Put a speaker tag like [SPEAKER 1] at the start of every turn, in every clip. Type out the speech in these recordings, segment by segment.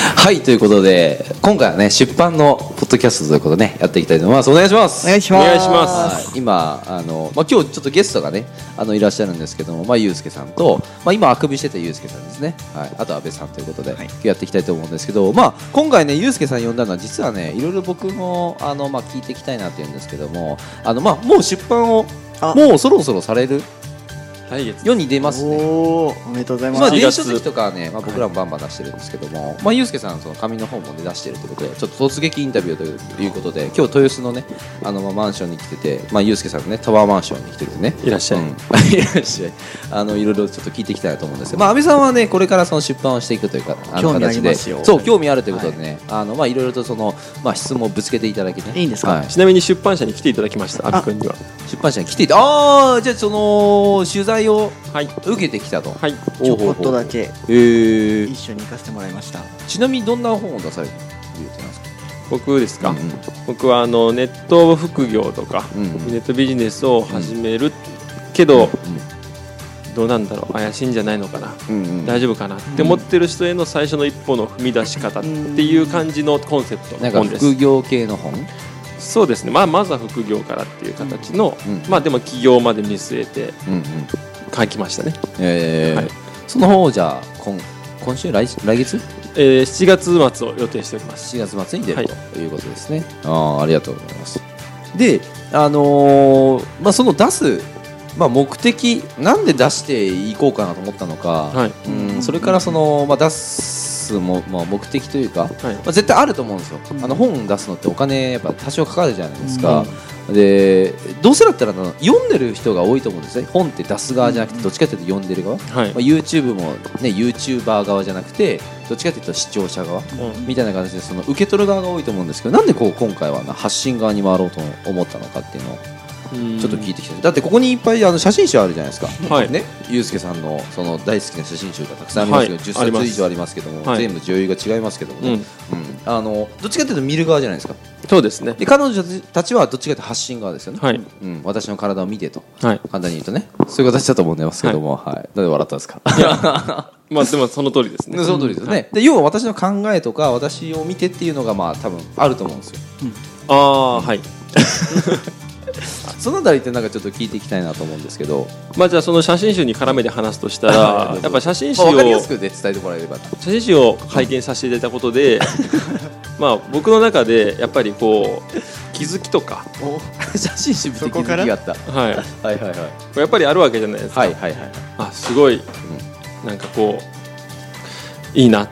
[SPEAKER 1] はいということで今回はね出版のポッドキャストということでねやっていきたいと思いますお願いします
[SPEAKER 2] お願いします
[SPEAKER 3] お願いしま
[SPEAKER 1] はい今あの、まあ、今日ちょっとゲストがねあのいらっしゃるんですけども、まあ、ゆうすけさんと、まあ、今あくびしてたゆうすけさんですね、はい、あと安倍さんということで、
[SPEAKER 2] はい
[SPEAKER 1] やっていきたいと思うんですけど、まあ、今回ねゆうすけさん呼んだのは実はねいろいろ僕もあの、まあ、聞いていきたいなっていうんですけどもあの、まあ、もう出版を
[SPEAKER 2] あ
[SPEAKER 1] もうそろそろされる
[SPEAKER 3] 来月
[SPEAKER 1] 世に出ますね
[SPEAKER 2] おーおめでとうございます、
[SPEAKER 1] まあ、電
[SPEAKER 3] 4
[SPEAKER 1] 子
[SPEAKER 3] 月
[SPEAKER 1] 書籍とかはね、まあ、僕らもバンバン出してるんですけども、まあ、ゆうすけさん、その紙の方も、ね、出してるということで、ちょっと突撃インタビューというということで、今日豊洲のね、あの、まあ、マンションに来てて、まあ、ゆうすけさんのね、タワーマンションに来ててね。
[SPEAKER 3] いらっしゃい
[SPEAKER 1] うん、 いらっしゃい。あの、いろいろちょっと聞いていきたいなと思うんですけど、まあ、安倍さんはね、これからその出版をしていくというか、あの
[SPEAKER 2] 興味あり
[SPEAKER 1] 形で。
[SPEAKER 2] ますよ
[SPEAKER 1] そう、興味あるということでね、あの、まあ、いろいろとその、まあ、質問をぶつけていただきね。
[SPEAKER 2] いいんですか
[SPEAKER 1] は
[SPEAKER 3] ちなみに出版社に来ていただきました阿部君には
[SPEAKER 1] 出版社に来ていて、ああ、じゃあ、その、取材を
[SPEAKER 3] はい
[SPEAKER 1] 受けてきたと。
[SPEAKER 3] はい
[SPEAKER 2] ちょこっとだけ
[SPEAKER 1] おへえ
[SPEAKER 2] 一緒に行かせてもらいました
[SPEAKER 1] ちなみにどんな本を出される予定なんですか
[SPEAKER 3] 僕ですか、
[SPEAKER 1] うんうん
[SPEAKER 3] 僕はあのネット副業とか、
[SPEAKER 1] うんうん
[SPEAKER 3] ネットビジネスを始めるけど、
[SPEAKER 1] う
[SPEAKER 3] どうなんだろう怪しいんじゃないのかな、
[SPEAKER 1] んうんうん
[SPEAKER 3] 大丈夫かなって思ってる人への最初の一歩の踏み出し方っていう感じのコンセプト
[SPEAKER 1] な
[SPEAKER 3] の
[SPEAKER 1] んか
[SPEAKER 3] 本です
[SPEAKER 1] 副業系の本
[SPEAKER 3] そうですね、まあ、まずは副業からっていう形の、
[SPEAKER 1] うん
[SPEAKER 3] まあでも起業まで見据えて
[SPEAKER 1] うんうん
[SPEAKER 3] 書きましたね、
[SPEAKER 1] えー
[SPEAKER 3] はい
[SPEAKER 1] その本をじゃあ今今週来来月
[SPEAKER 3] えー7月末を予定しております
[SPEAKER 1] 7月末に出る
[SPEAKER 3] はい
[SPEAKER 1] ということですね、ああありがとうございますであのーまあその出すまあ目的なんで出していこうかなと思ったのか、
[SPEAKER 3] はい
[SPEAKER 1] うんそれからその、まあ、出すも、まあ、目的というか、
[SPEAKER 3] はい
[SPEAKER 1] まあ、絶対あると思うんですよ、
[SPEAKER 2] うん
[SPEAKER 1] あの本出すのってお金やっぱ多少かかるじゃないですか、でどうせだったらあの読んでる人が多いと思うんですね本って出す側じゃなくてどっちかというと読んでる側、ま
[SPEAKER 3] はい
[SPEAKER 1] あ、YouTube も、ね、YouTuber 側じゃなくてどっちかというと視聴者側
[SPEAKER 3] うん
[SPEAKER 1] みたいな形でその受け取る側が多いと思うんですけどなんでこう今回はな発信側に回ろうと思ったのかっていうのをちょっと聞いてきただってここにいっぱいあの写真集あるじゃないですか、
[SPEAKER 3] はい
[SPEAKER 1] ね、ゆうすけさんのその大好きな写真集がたくさんありますけど、
[SPEAKER 3] はいあ
[SPEAKER 1] 10
[SPEAKER 3] りま
[SPEAKER 1] 冊
[SPEAKER 3] す
[SPEAKER 1] 以上ありますけども、
[SPEAKER 3] はい
[SPEAKER 1] 全部女優が違いますけどもね、う
[SPEAKER 3] う
[SPEAKER 1] んんあのどっちかというと見る側じゃないですか
[SPEAKER 3] そうですね
[SPEAKER 1] で彼女たちはどっちかというと発信側ですよね、
[SPEAKER 3] はい
[SPEAKER 1] うん、私の体を見てと
[SPEAKER 3] はい
[SPEAKER 1] 簡単に言うとねそういう形だと思うんですけども、はいなんで笑ったんですか
[SPEAKER 3] まあでもその通りですね
[SPEAKER 1] ね その通りですね、で要は私の考えとか私を見てっていうのがまあ多分あると思うんですよ
[SPEAKER 3] ああはい
[SPEAKER 1] そのあたりってなんかちょっと聞いていきたいなと思うんですけど、
[SPEAKER 3] まあじゃあその写真集に絡めて話すとした
[SPEAKER 1] は
[SPEAKER 3] ら
[SPEAKER 1] い
[SPEAKER 3] やっぱ写真集
[SPEAKER 1] まあ、
[SPEAKER 3] を
[SPEAKER 1] 分かりやす
[SPEAKER 3] 写
[SPEAKER 1] くね伝えてもらえればな
[SPEAKER 3] 真集を拝見させていただいたこと でまあ僕の中でやっぱりこう気づきとか
[SPEAKER 1] 写真集見て
[SPEAKER 2] そこから
[SPEAKER 1] 気づきがあった
[SPEAKER 3] はい
[SPEAKER 1] はいはいはい
[SPEAKER 3] やっぱりあるわけじゃないですか
[SPEAKER 1] はいはいはい
[SPEAKER 3] あすごいなんかこういいなっ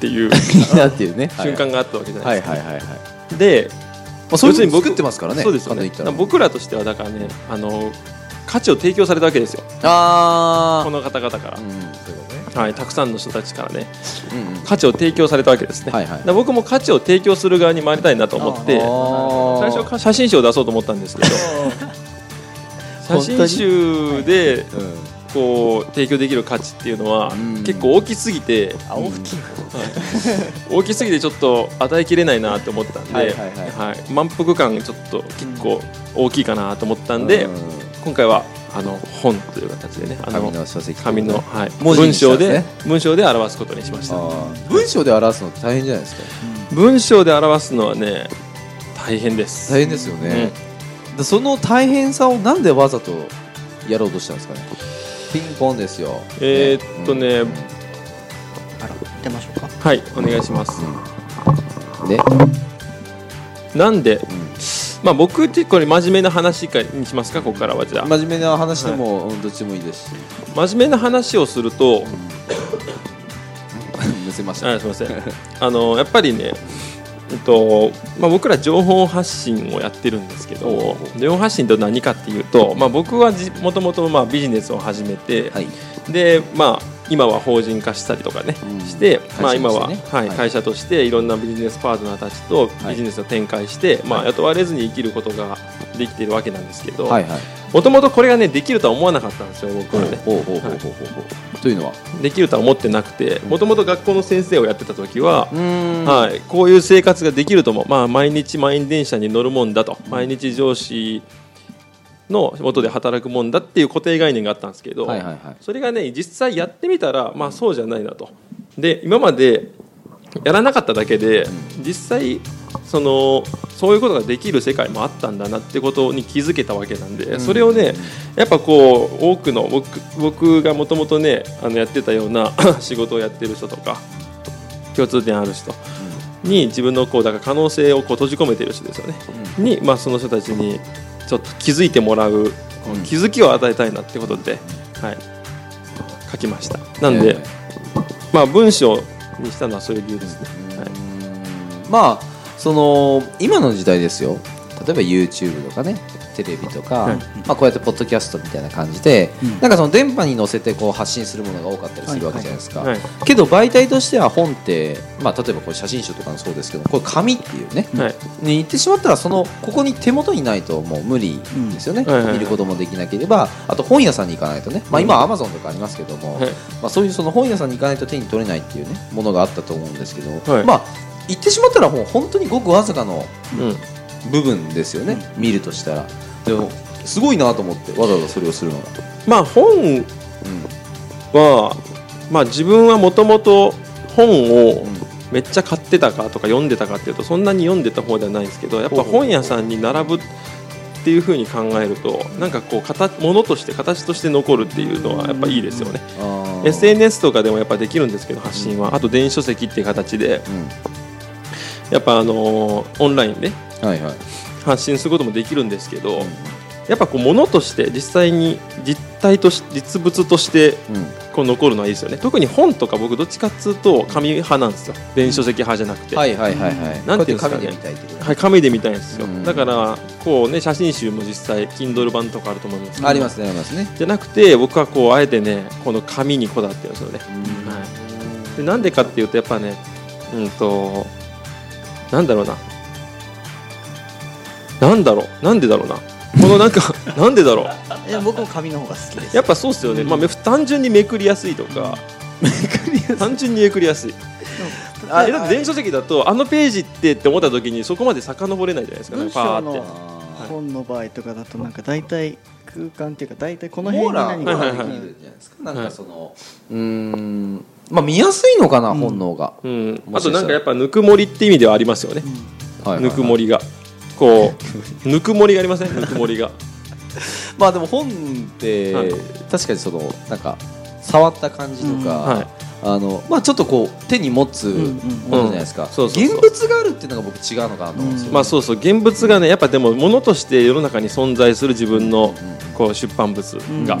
[SPEAKER 3] ていう
[SPEAKER 1] いいなっていうね
[SPEAKER 3] 瞬間があったわけじゃな
[SPEAKER 1] は
[SPEAKER 3] い
[SPEAKER 1] い
[SPEAKER 3] です
[SPEAKER 1] はいはいはい
[SPEAKER 3] かで
[SPEAKER 1] まあそういうの作ってますからね
[SPEAKER 3] そうですよね
[SPEAKER 1] 簡単に言ったら
[SPEAKER 3] 僕らとしてはだからねあの価値を提供されたわけですよ
[SPEAKER 1] あ
[SPEAKER 3] この方々から
[SPEAKER 1] ーうんそうだね
[SPEAKER 3] はい、たくさんの人たちからね
[SPEAKER 1] うんうん
[SPEAKER 3] 価値を提供されたわけですね、
[SPEAKER 1] はいはい
[SPEAKER 3] だから僕も価値を提供する側に回りたいなと思って
[SPEAKER 1] あ
[SPEAKER 3] 最
[SPEAKER 1] ー
[SPEAKER 3] 初か写真集を出そうと思ったんです けど写真集で
[SPEAKER 1] うん
[SPEAKER 3] こう提供できる価値っていうのは
[SPEAKER 1] うん
[SPEAKER 3] 結構大きすぎて
[SPEAKER 2] あ大きい
[SPEAKER 3] 大きすぎてちょっと与えきれないなと思ったんで、
[SPEAKER 1] はいはいはい
[SPEAKER 3] はい満腹感ちょっと結構大きいかなと思ったんで、
[SPEAKER 1] うん
[SPEAKER 3] 今回はあの本という形でねあ
[SPEAKER 1] 紙の書籍
[SPEAKER 3] 紙の、はい、
[SPEAKER 1] 文字
[SPEAKER 3] 文
[SPEAKER 1] にした
[SPEAKER 3] 章
[SPEAKER 1] んです
[SPEAKER 3] で
[SPEAKER 1] ね
[SPEAKER 3] 文章で表すことにしました
[SPEAKER 1] あー文章で表すのって大変じゃないですか
[SPEAKER 3] 文章で表すのはね大変です
[SPEAKER 1] 大変ですよねでその大変さをなんでわざとやろうとしたんですかねピンポンですよ
[SPEAKER 3] えーっとね
[SPEAKER 1] うん
[SPEAKER 2] あら出ましょうか
[SPEAKER 3] はいお願いします
[SPEAKER 1] うんで
[SPEAKER 3] なんで
[SPEAKER 1] うん
[SPEAKER 3] まあ僕結構真面目な話にしますかここからはじゃあ
[SPEAKER 1] 真面目な話でも、うんどっちでもいいですし、
[SPEAKER 3] 真面目な話をすると
[SPEAKER 1] むせました、
[SPEAKER 3] あす いませんあのやっぱりねえっとまあ、僕ら情報発信をやってるんですけど
[SPEAKER 1] おう
[SPEAKER 3] 情報発信と何かっていうと、まあ、僕はじもともとまあビジネスを始めて、
[SPEAKER 1] はい、
[SPEAKER 3] でまあ今は法人化したりとかね、
[SPEAKER 1] うん
[SPEAKER 3] して、まあ、
[SPEAKER 1] 会社
[SPEAKER 3] 今
[SPEAKER 1] として
[SPEAKER 3] は、
[SPEAKER 1] ね
[SPEAKER 3] はい
[SPEAKER 1] はい
[SPEAKER 3] 会社としていろんなビジネスパートナーたちと
[SPEAKER 1] はい
[SPEAKER 3] ビジネスを展開して、ま
[SPEAKER 1] は
[SPEAKER 3] あ、
[SPEAKER 1] い
[SPEAKER 3] 雇われずに生きることができているわけなんですけど
[SPEAKER 1] はいはい
[SPEAKER 3] もともとこれがねできるとは思わなかったんですよ僕はね。
[SPEAKER 1] ほうほうほうほうほうほうというのは
[SPEAKER 3] できるとは思ってなくてもともと学校の先生をやってた時は、
[SPEAKER 1] んは
[SPEAKER 3] はい、こういう生活ができるとも、まあ、毎日満員電車に乗るもんだと毎日上司の元で働くもんだっていう固定概念があったんですけ
[SPEAKER 1] い
[SPEAKER 3] ど、
[SPEAKER 1] はいはい
[SPEAKER 3] それがね実際やってみたらまあそうじゃないなとで今までやらなかっただけで実際そのそういうことができる世界もあったんだなってことに気づけたわけなんでそれをねやっぱこう多くの僕僕がもともとねあのやってたような 仕事をやってる人とか共通点ある人に自分のこうだから可能性をこう閉じ込めてる人ですよね、に、まあ、その人たちにちょっと気づいてもらう、こう気づきを与えたいなってことで、はい、書きましたなんで、
[SPEAKER 1] えー
[SPEAKER 3] まあ、文章にしたのはそういう理由ですね、はい、
[SPEAKER 1] まあその今の時代ですよ例えば YouTube とかねテレビとか、
[SPEAKER 3] はい
[SPEAKER 1] まあ、こうやってポッドキャストみたいな感じで、
[SPEAKER 2] うん
[SPEAKER 1] なんかその電波に乗せてこう発信するものが多かったりするわけじゃないですか、
[SPEAKER 3] はいはい
[SPEAKER 1] けど媒体としては本って、まあ、例えばこれ写真集とかもそうですけどこれ紙っていうね、
[SPEAKER 3] はい
[SPEAKER 1] に行ってしまったらそのここに手元にないともう無理ですよね、
[SPEAKER 3] うんはいはいはい
[SPEAKER 1] 見ることもできなければあと本屋さんに行かないとね、まあ、今は Amazon とかありますけども、
[SPEAKER 3] はい
[SPEAKER 1] まあ、そういうその本屋さんに行かないと手に取れないっていうねものがあったと思うんですけど、
[SPEAKER 3] はい
[SPEAKER 1] まあ行ってしまったらもう本当にごくわずかの
[SPEAKER 3] うん
[SPEAKER 1] 部分ですよね、見るとしたらでもすごいなと思ってわざわざそれをするのが、
[SPEAKER 3] まあ本
[SPEAKER 1] う
[SPEAKER 3] は、まあ、自分はもともと本を
[SPEAKER 1] んうん
[SPEAKER 3] めっちゃ買ってたかとか読んでたかっていうとそんなに読んでた方ではないんですけどやっぱ本屋さんに並ぶっていうふうに考えるとなんかこう形物として形として残るっていうのはやっぱいいですよね
[SPEAKER 1] あー
[SPEAKER 3] SNS とかでもやっぱできるんですけど発信はあと電子書籍っていう形でやっぱあのーオンラインで
[SPEAKER 1] うん、はいはい、
[SPEAKER 3] 発信することもできるんですけどやっぱこう物として実際に実体とし実物として
[SPEAKER 1] うん
[SPEAKER 3] こう残るのはいいですよね特に本とか僕どっちかっつうと紙派なんですよ電子書籍派じゃなくて、
[SPEAKER 1] はいはいはいはい
[SPEAKER 3] なんていうんですかね
[SPEAKER 1] こやって紙で見たいってことね
[SPEAKER 3] はい、紙で見たいんですよ、
[SPEAKER 1] うん
[SPEAKER 3] だからこうね写真集も実際 Kindle 版とかあると思うんですけど
[SPEAKER 1] ありますねありますね
[SPEAKER 3] じゃなくて僕はこうあえてねこの紙にこだわってるんですよね、はい、でなんでかっていうとやっぱねうんとなんだろうななんだろうなんでだろうなこのなんか なんでだろう
[SPEAKER 2] いや僕も紙の方が好きです
[SPEAKER 3] やっぱそうっすよね、まあめ、単純にめくりやすいとか単純にめくりやすい
[SPEAKER 2] あ
[SPEAKER 3] えだって電子書籍だとあのページってって思った時にそこまで遡れないじゃないですか、
[SPEAKER 2] 文
[SPEAKER 3] パ
[SPEAKER 2] 章
[SPEAKER 3] ーって
[SPEAKER 2] の本の場合とかだとなんか大体空間っていうか大体この
[SPEAKER 1] モー
[SPEAKER 2] 辺に
[SPEAKER 1] ラ
[SPEAKER 2] 何
[SPEAKER 1] ー
[SPEAKER 2] か
[SPEAKER 1] が
[SPEAKER 2] が
[SPEAKER 1] で
[SPEAKER 2] で
[SPEAKER 1] き
[SPEAKER 2] き
[SPEAKER 1] る
[SPEAKER 2] る
[SPEAKER 1] じゃないですか、なん
[SPEAKER 3] は
[SPEAKER 1] か
[SPEAKER 3] い
[SPEAKER 1] そのうーんまあ見やすいのかな、
[SPEAKER 2] うん
[SPEAKER 1] 本能が、
[SPEAKER 3] うん、あとなんかやっぱぬくもりって意味ではありますよね、
[SPEAKER 1] はいはいはい
[SPEAKER 3] ぬくもりがこうぬくもりがありませんぬくも りが
[SPEAKER 1] まあでも本って
[SPEAKER 3] はい
[SPEAKER 1] 確かにそのなんか触った感じとか、
[SPEAKER 3] うんはい
[SPEAKER 1] あのまあちょっとこう手に持つ
[SPEAKER 2] んうん
[SPEAKER 1] ものじゃないですか、
[SPEAKER 3] うんそうそうそう
[SPEAKER 1] 現物があるっていうのが僕違うのかなと思うんですよ、
[SPEAKER 3] まあそうそう現物がねやっぱでも物として世の中に存在する自分のこう出版物が、
[SPEAKER 2] うん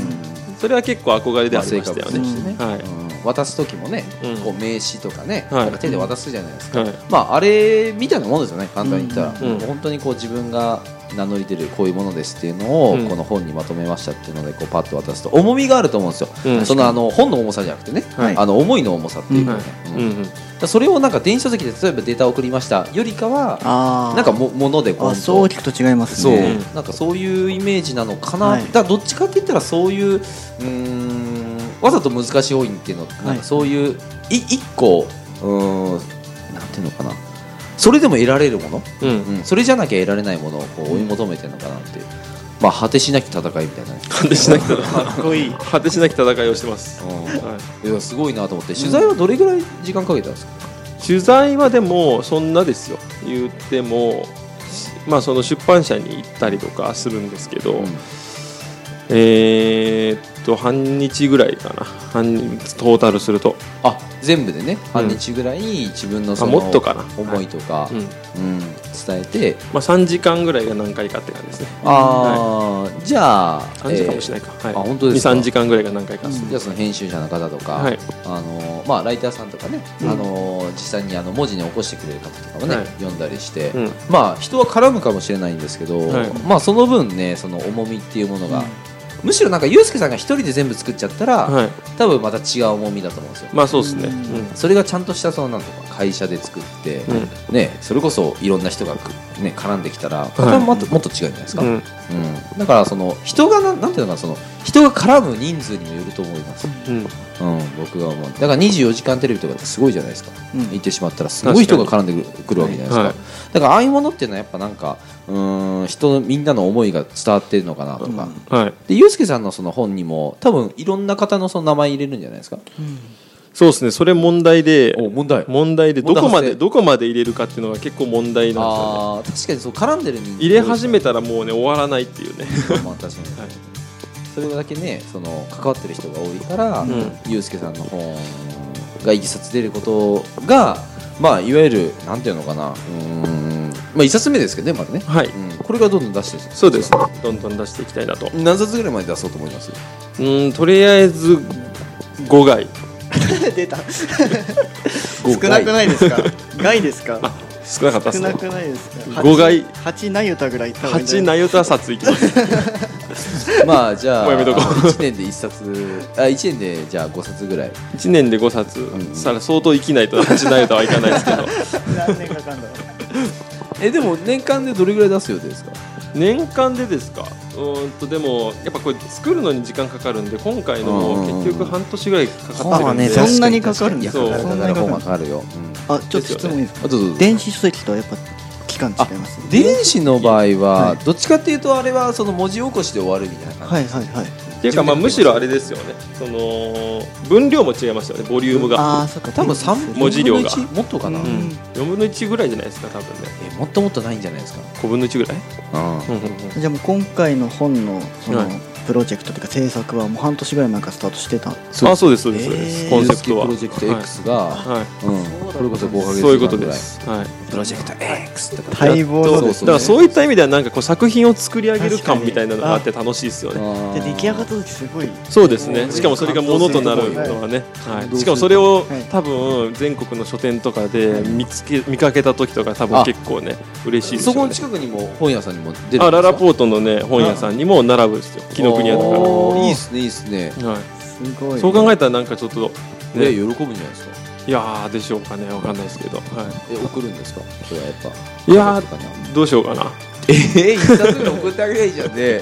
[SPEAKER 3] それは結構憧れで
[SPEAKER 1] まあ
[SPEAKER 3] はありましたよ
[SPEAKER 1] 成
[SPEAKER 3] ね、
[SPEAKER 1] 果物としてね
[SPEAKER 3] はい
[SPEAKER 1] うん渡す時もね、
[SPEAKER 3] うん
[SPEAKER 1] こう名刺とかね、
[SPEAKER 3] はい
[SPEAKER 1] なんか手で渡すじゃないですか、
[SPEAKER 3] はい
[SPEAKER 1] まああれみたいなものですよね簡単に言ったら、
[SPEAKER 3] うんうん
[SPEAKER 1] もう本当にこう自分が名乗り出るこういうものですっていうのを、
[SPEAKER 3] うん
[SPEAKER 1] この本にまとめましたっていうのでこうパッと渡すと重みがあると思うんですよ、
[SPEAKER 3] うん
[SPEAKER 1] そのあの本の重さじゃなくてね、
[SPEAKER 2] はい
[SPEAKER 1] あの思いの重さっていうかね、
[SPEAKER 3] う
[SPEAKER 1] うん
[SPEAKER 3] ん
[SPEAKER 1] だからそれをなんか電子書籍で例えばデータを送りましたよりかは
[SPEAKER 2] あー
[SPEAKER 1] なんかも物でこ
[SPEAKER 2] あ
[SPEAKER 1] う
[SPEAKER 2] そう聞くと違います
[SPEAKER 1] そう、
[SPEAKER 2] ね
[SPEAKER 1] なんかそういうイメージなのかな、
[SPEAKER 2] はい
[SPEAKER 1] だからどっちかって言ったらそういううーんわざと難しい本っていうのってなん
[SPEAKER 2] は
[SPEAKER 1] か
[SPEAKER 2] い
[SPEAKER 1] そういう、い一個うーんなんていうのかなそれでも得られるもの、
[SPEAKER 3] うんうん
[SPEAKER 1] うんそれじゃなきゃ得られないものをこう追い求めてるのかなっていう、まあ、果てしなき戦いみたいなね、
[SPEAKER 3] 果てしなき戦
[SPEAKER 2] かっこいい
[SPEAKER 3] い果てしなき戦いをしてます、はい
[SPEAKER 1] いやすごいなと思って取材はどれぐらい時間かけたんですか、
[SPEAKER 3] 取材はでもそんなですよ言っても、まあ、その出版社に行ったりとかするんですけど、
[SPEAKER 1] うん
[SPEAKER 3] えーっと半日ぐらいかな半日トータルすると、
[SPEAKER 1] あ全部でね半日ぐらい自分のその
[SPEAKER 3] あもっとかな
[SPEAKER 1] 思いとか、
[SPEAKER 3] うんま
[SPEAKER 1] うん伝えて
[SPEAKER 3] あ、3時間ぐらいが何回かって感じですね
[SPEAKER 1] あー、じゃあ、
[SPEAKER 3] 3時間もしないいか、はい、
[SPEAKER 1] あ本当ですか
[SPEAKER 3] 23時間ぐらいが何回かです
[SPEAKER 1] えーじゃあその編集者の方とか、
[SPEAKER 3] はい
[SPEAKER 1] あのーまあ、ライターさんとかね、
[SPEAKER 2] うん
[SPEAKER 1] あのー実際にあの文字に起こしてくれる方とかもね、
[SPEAKER 3] はい
[SPEAKER 1] 読んだりして、
[SPEAKER 3] うん
[SPEAKER 1] まあ、人は絡むかもしれないんですけど、
[SPEAKER 3] はい
[SPEAKER 1] まあ、その分ねその重みっていうものが、むしろなんかユースケさんが一人で全部作っちゃったら、
[SPEAKER 3] はい
[SPEAKER 1] 多分また違う重みだと思うんですよ。
[SPEAKER 3] まあそうですね、
[SPEAKER 2] うん
[SPEAKER 3] うん
[SPEAKER 1] それがちゃんとしたそのなんとか会社で作って、ね、それこそいろんな人がく、ね、絡んできたら、またまたもっと違うんじゃないですか、
[SPEAKER 3] う
[SPEAKER 1] うんんだからその人がななんていうのかなその人が絡む人数にもよると思います、
[SPEAKER 3] うん
[SPEAKER 1] うん、僕が思うだから24時間テレビとかってすごいじゃないですか、
[SPEAKER 2] うん
[SPEAKER 1] 言ってしまったらすごい人が絡んでくるくるわけじゃないですか、
[SPEAKER 3] はいはい
[SPEAKER 1] だからああいうものっていうのはやっぱなんかうーん人のみんなの思いが伝わってるのかなとか、
[SPEAKER 2] うん
[SPEAKER 3] はい、
[SPEAKER 1] でユースケさんのその本にも多分いろんな方のその名前入れるんじゃないですか
[SPEAKER 3] そうですねそれ問題で
[SPEAKER 1] お問題
[SPEAKER 3] 問題でどこ
[SPEAKER 1] 問
[SPEAKER 3] まで
[SPEAKER 1] 題発生
[SPEAKER 3] どこまで入れるかっていうのが結構問題なんですよね
[SPEAKER 1] あー確かにそう絡んでる人
[SPEAKER 3] 入れ始めたらもうね終わらないっていうね
[SPEAKER 1] まあ確かに、
[SPEAKER 3] はい
[SPEAKER 1] それだけねその関わってる人が多いから、
[SPEAKER 3] ん
[SPEAKER 1] ゆうすけさんの本がいきさつ出ることがまあいわゆるなんていうのかなうーんまあ一冊目ですけどねまだね、
[SPEAKER 3] はい
[SPEAKER 1] うん、これがどんどん出してる
[SPEAKER 3] そうですねどんどん出していきたいなと
[SPEAKER 1] 何冊ぐらいまで出そうと思います
[SPEAKER 3] うんとりあえず5回
[SPEAKER 2] 出た少なくないですか害です か
[SPEAKER 3] 少なかった
[SPEAKER 2] 少
[SPEAKER 3] です
[SPEAKER 2] な
[SPEAKER 3] ね
[SPEAKER 2] くないですか
[SPEAKER 3] 五害
[SPEAKER 2] 8なゆたぐらいいった方がいいんじゃ
[SPEAKER 3] 8
[SPEAKER 2] な
[SPEAKER 3] ナ
[SPEAKER 2] い
[SPEAKER 3] ヨタ札いきます
[SPEAKER 1] まあじゃあ
[SPEAKER 3] もうやめとこう
[SPEAKER 1] 1年で1冊あ一年でじゃあ5冊ぐらい
[SPEAKER 3] 1年で5冊、
[SPEAKER 1] ん
[SPEAKER 3] さら相当生きないと8ナヨタはいかないですけど
[SPEAKER 2] 何年かかんだろう
[SPEAKER 1] えでも年間でどれぐらい出す予定ですか
[SPEAKER 3] 年間でですかうーんとでもやっぱこれ作るのに時間かかるんで今回
[SPEAKER 1] う
[SPEAKER 3] の
[SPEAKER 1] ん
[SPEAKER 3] も結局半年ぐらいかかってるんで、
[SPEAKER 2] 本はねそんなに
[SPEAKER 1] 確
[SPEAKER 2] かかるん
[SPEAKER 1] い
[SPEAKER 2] で
[SPEAKER 1] や
[SPEAKER 2] す
[SPEAKER 1] か
[SPEAKER 3] よ
[SPEAKER 1] かる
[SPEAKER 2] そ
[SPEAKER 1] か
[SPEAKER 2] ん
[SPEAKER 1] かる
[SPEAKER 2] なにかかる
[SPEAKER 1] 本はかかるよ、うん
[SPEAKER 2] あちょっと質問いいです
[SPEAKER 1] あ
[SPEAKER 2] か
[SPEAKER 1] どうぞどうぞ
[SPEAKER 2] 電子書籍とはやっぱ期間違いますね
[SPEAKER 1] 電子の場合は
[SPEAKER 2] は
[SPEAKER 1] どっちかっていうとあれはその文字起こしで終わるみたいな感
[SPEAKER 2] はいはいはい
[SPEAKER 1] じ
[SPEAKER 3] っていうかまあむしろあれですよねその分量も違いますよねボリュームが、
[SPEAKER 2] ああそっか
[SPEAKER 1] 多分3
[SPEAKER 3] 文字量が
[SPEAKER 1] もっとかな、
[SPEAKER 2] う
[SPEAKER 3] う
[SPEAKER 2] ん
[SPEAKER 3] ん4分の1ぐらいじゃないですか多分ね
[SPEAKER 1] えもっともっとないんじゃないですか、
[SPEAKER 3] 5分の1ぐらい、うんうんうん
[SPEAKER 2] じゃあもう今回の本のその
[SPEAKER 3] はい
[SPEAKER 2] プロジェクトというか制作はもう半年ぐらい前からスタートしてた
[SPEAKER 1] そう
[SPEAKER 3] あそうですそうです、そうで
[SPEAKER 1] え
[SPEAKER 3] す
[SPEAKER 1] ー
[SPEAKER 3] コンセプトは
[SPEAKER 1] プロジェクト X が、
[SPEAKER 3] はい
[SPEAKER 1] うん、これこそ5ヶ月
[SPEAKER 3] そういうことです、はい、
[SPEAKER 1] プロジェクト X とか
[SPEAKER 2] 待望
[SPEAKER 3] そう
[SPEAKER 2] の
[SPEAKER 1] そう
[SPEAKER 3] で
[SPEAKER 1] そ
[SPEAKER 3] す
[SPEAKER 1] う
[SPEAKER 3] だからそういった意味ではなんかこう作品を作り上げる
[SPEAKER 2] 確か
[SPEAKER 3] 感
[SPEAKER 2] に
[SPEAKER 3] みたいなのがあって楽しいですよね
[SPEAKER 1] あ
[SPEAKER 2] で
[SPEAKER 1] ー
[SPEAKER 2] 出来上がった時すごい
[SPEAKER 3] そうですね
[SPEAKER 2] うん
[SPEAKER 3] しかもそれがものとなるのはね、
[SPEAKER 1] 感動する
[SPEAKER 3] はい、しかもそれを
[SPEAKER 2] はい
[SPEAKER 3] 多分全国の書店とかで見つけ見かけた時とか多分結構ね嬉しいです
[SPEAKER 1] そこ
[SPEAKER 3] よ
[SPEAKER 1] の
[SPEAKER 3] ね
[SPEAKER 1] 近くにも本屋さんにも出るんです
[SPEAKER 3] あ
[SPEAKER 1] か
[SPEAKER 3] ララポートのね本屋さんにも並ぶんですよ紀ノ国屋と
[SPEAKER 1] おーいいですねいいですね
[SPEAKER 3] か、は
[SPEAKER 2] すご
[SPEAKER 3] い、
[SPEAKER 2] い
[SPEAKER 3] そう考えたらなんかちょっと
[SPEAKER 1] ね
[SPEAKER 3] ね
[SPEAKER 1] 喜ぶんじゃないですか
[SPEAKER 3] いやーでしょうかねわかんないですけど、は
[SPEAKER 1] え送るんですかそれはやっぱ
[SPEAKER 3] い、いや
[SPEAKER 1] 家族かな
[SPEAKER 3] ーどうしようかな
[SPEAKER 1] え一冊目送ってあげないじゃんね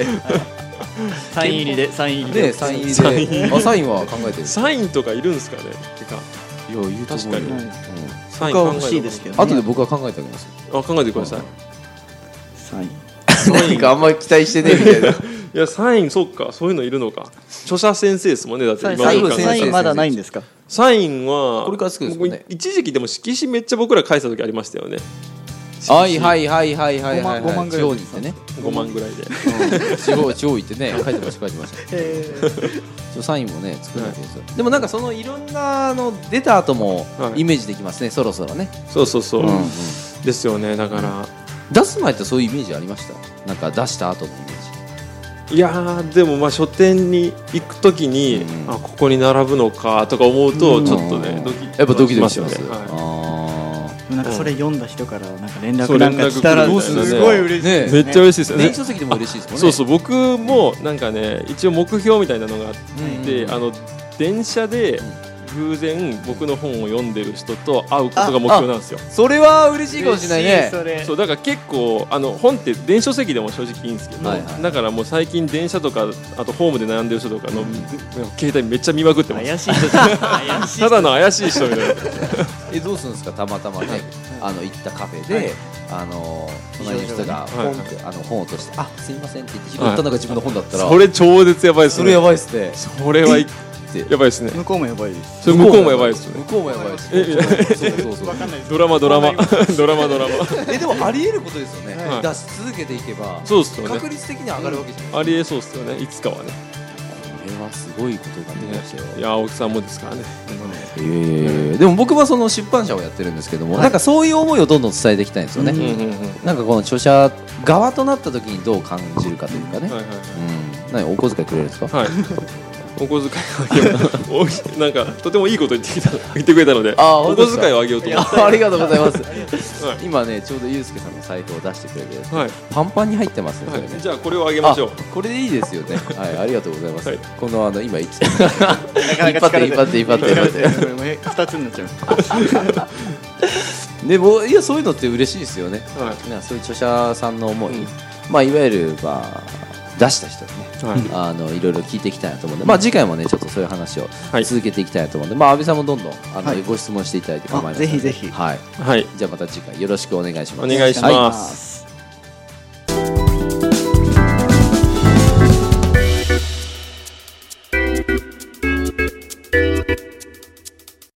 [SPEAKER 2] サイン入りでサイン入り
[SPEAKER 1] ねサイン入りであサインは考えてる
[SPEAKER 3] サインとかいるんですかねてか
[SPEAKER 1] いや言うと思うよ
[SPEAKER 3] 確かに
[SPEAKER 1] うん
[SPEAKER 3] サイン
[SPEAKER 2] 僕は
[SPEAKER 3] 考え
[SPEAKER 2] 欲しいですけど
[SPEAKER 1] 後で僕は考えてあげます
[SPEAKER 3] どあ考えてください
[SPEAKER 2] サイン
[SPEAKER 1] 何かあんまり期待してねえみたい ない
[SPEAKER 3] やサインそっかそういうのいるのか著者先生ですもんねだって
[SPEAKER 2] サイン
[SPEAKER 3] 今
[SPEAKER 1] サイン
[SPEAKER 3] どう考えて
[SPEAKER 1] サ
[SPEAKER 3] も
[SPEAKER 2] サ
[SPEAKER 1] イ
[SPEAKER 2] イ
[SPEAKER 1] ン
[SPEAKER 2] ンまだないんですか
[SPEAKER 3] サインは
[SPEAKER 1] これから作るんですもんね
[SPEAKER 3] 僕一時期でも色紙めっちゃ僕ら返した時ありましたよね
[SPEAKER 1] はいはいはいはいはいはい
[SPEAKER 2] 五万五
[SPEAKER 1] はい
[SPEAKER 2] 万ぐ
[SPEAKER 1] 地
[SPEAKER 2] ら
[SPEAKER 1] 方に行っ
[SPEAKER 2] い
[SPEAKER 1] てね
[SPEAKER 3] 5万ぐらい で
[SPEAKER 1] 地方地方行ってね書いてました書いてました
[SPEAKER 2] え
[SPEAKER 1] ちょサインもね作るわけですよでもなんかそのいろんなの出た後も
[SPEAKER 3] はい
[SPEAKER 1] イメージできますねそろそろね
[SPEAKER 3] そうそうそう、
[SPEAKER 1] うんうん
[SPEAKER 3] ですよねだから、
[SPEAKER 1] 出す前ってそういうイメージありましたなんか出した後のイメー
[SPEAKER 3] いやーでもまあ書店に行く時に、
[SPEAKER 1] うん
[SPEAKER 3] あここに並ぶのかとか思うと
[SPEAKER 2] うん
[SPEAKER 1] ジ
[SPEAKER 3] ちょっとね、
[SPEAKER 1] うん
[SPEAKER 3] ドキッ
[SPEAKER 1] やっぱドキドキします
[SPEAKER 3] よねは
[SPEAKER 1] あ
[SPEAKER 2] なんかそれ読んだ人からなんか連
[SPEAKER 3] そう
[SPEAKER 2] 絡なんか来たら
[SPEAKER 3] 連絡来る
[SPEAKER 2] すごい嬉しい
[SPEAKER 1] ね
[SPEAKER 2] で
[SPEAKER 1] え
[SPEAKER 2] す
[SPEAKER 3] いめっ
[SPEAKER 2] ね
[SPEAKER 3] ちゃ嬉しいです
[SPEAKER 1] ー
[SPEAKER 3] よね
[SPEAKER 1] 電子書籍でも嬉しいですもんね
[SPEAKER 3] そうそう僕もなんかね一応目標みたいなのがあって、
[SPEAKER 1] うん
[SPEAKER 3] あの電車で偶然僕の本を読んでる人と会うことが目標なんですよ
[SPEAKER 1] それは嬉しいかもしれないね
[SPEAKER 2] 嬉しそれ
[SPEAKER 3] そうだから結構あの本って電子書籍でも正直いいんですけど、
[SPEAKER 1] はいはい
[SPEAKER 3] だからもう最近電車とかあとホームで悩んでる人とかの、携帯めっちゃ見まくってます
[SPEAKER 2] 怪しい人怪しい
[SPEAKER 3] ただの怪しい人みたいな
[SPEAKER 1] えどうするんですかたまたまねあの行ったカフェ
[SPEAKER 2] はい
[SPEAKER 1] であの隣の人が
[SPEAKER 3] はい
[SPEAKER 1] ポンってあの本を落としてあすいませんって言って拾ったのが自分の本だったら
[SPEAKER 3] それ超絶やばいです
[SPEAKER 1] そ
[SPEAKER 3] ね
[SPEAKER 1] れやばいですね
[SPEAKER 3] それはい
[SPEAKER 1] え
[SPEAKER 3] やばいですね
[SPEAKER 2] 向こうもやばいです
[SPEAKER 3] それ向こうもやばいですね
[SPEAKER 1] 向こうもやばいです
[SPEAKER 3] え
[SPEAKER 1] そうそうそう
[SPEAKER 2] ないです
[SPEAKER 3] ドラマドラマドラマドラマ
[SPEAKER 1] えでもありえることですよね、
[SPEAKER 3] はい
[SPEAKER 1] 出し続けていけば
[SPEAKER 3] そうっすよね
[SPEAKER 1] 確率的には上がるわけじゃない
[SPEAKER 3] ありえそうですよねいつかはね
[SPEAKER 1] これはすごいことになってきましたよ、
[SPEAKER 3] いや青木さんもですからね
[SPEAKER 1] えーでも僕はその出版社をやってるんですけども、なんかそういう思いをどんどん伝えていきたいんですよね、
[SPEAKER 2] う
[SPEAKER 3] うんうんうん
[SPEAKER 1] なんかこの著者側となった時にどう感じるかというかね、
[SPEAKER 3] はいはい
[SPEAKER 1] うん、何お小遣いくれるんですか、
[SPEAKER 3] はいはいお小遣いをあげようと大きいなんかとてもいいこと言ってきた言ってくれたので
[SPEAKER 1] あー
[SPEAKER 3] お
[SPEAKER 1] 本当です
[SPEAKER 3] 小
[SPEAKER 1] か
[SPEAKER 3] 遣いをあげようと思っ
[SPEAKER 1] あありがとうございます
[SPEAKER 3] てはい
[SPEAKER 1] 今ねちょうどユうスケさんの財布を出してくれて
[SPEAKER 3] はい
[SPEAKER 1] パンパンに入ってますねそれね、
[SPEAKER 3] はい、じゃあこれをあげましょう。
[SPEAKER 1] これでいいです よね。はい、ありがとうございます。
[SPEAKER 3] はい
[SPEAKER 1] このあの今一
[SPEAKER 2] なかなか疲れて
[SPEAKER 1] 引っ張って引っ張って引っ張って
[SPEAKER 2] 疲れてるもう 二つになっちゃ う
[SPEAKER 1] でもいやそういうのって嬉しいですよね。
[SPEAKER 3] は
[SPEAKER 1] なんかそういう著者さんの思い、
[SPEAKER 3] うん
[SPEAKER 1] まあいわゆるまあ出した人にね。
[SPEAKER 3] い、はい、
[SPEAKER 1] あのいろいろ聞いていきたいなと思うんで、まあ、次回もねちょっとそういう話を
[SPEAKER 3] はい
[SPEAKER 1] 続けていきたいなと思うんで、まあ、安倍さんもどんどんあの、
[SPEAKER 2] はい
[SPEAKER 1] ご質問していただいて構いません
[SPEAKER 2] あぜひぜひ
[SPEAKER 1] はい、
[SPEAKER 3] はい、
[SPEAKER 1] じゃあまた次回よろしくお願いします
[SPEAKER 3] お願いし
[SPEAKER 1] は
[SPEAKER 3] ます。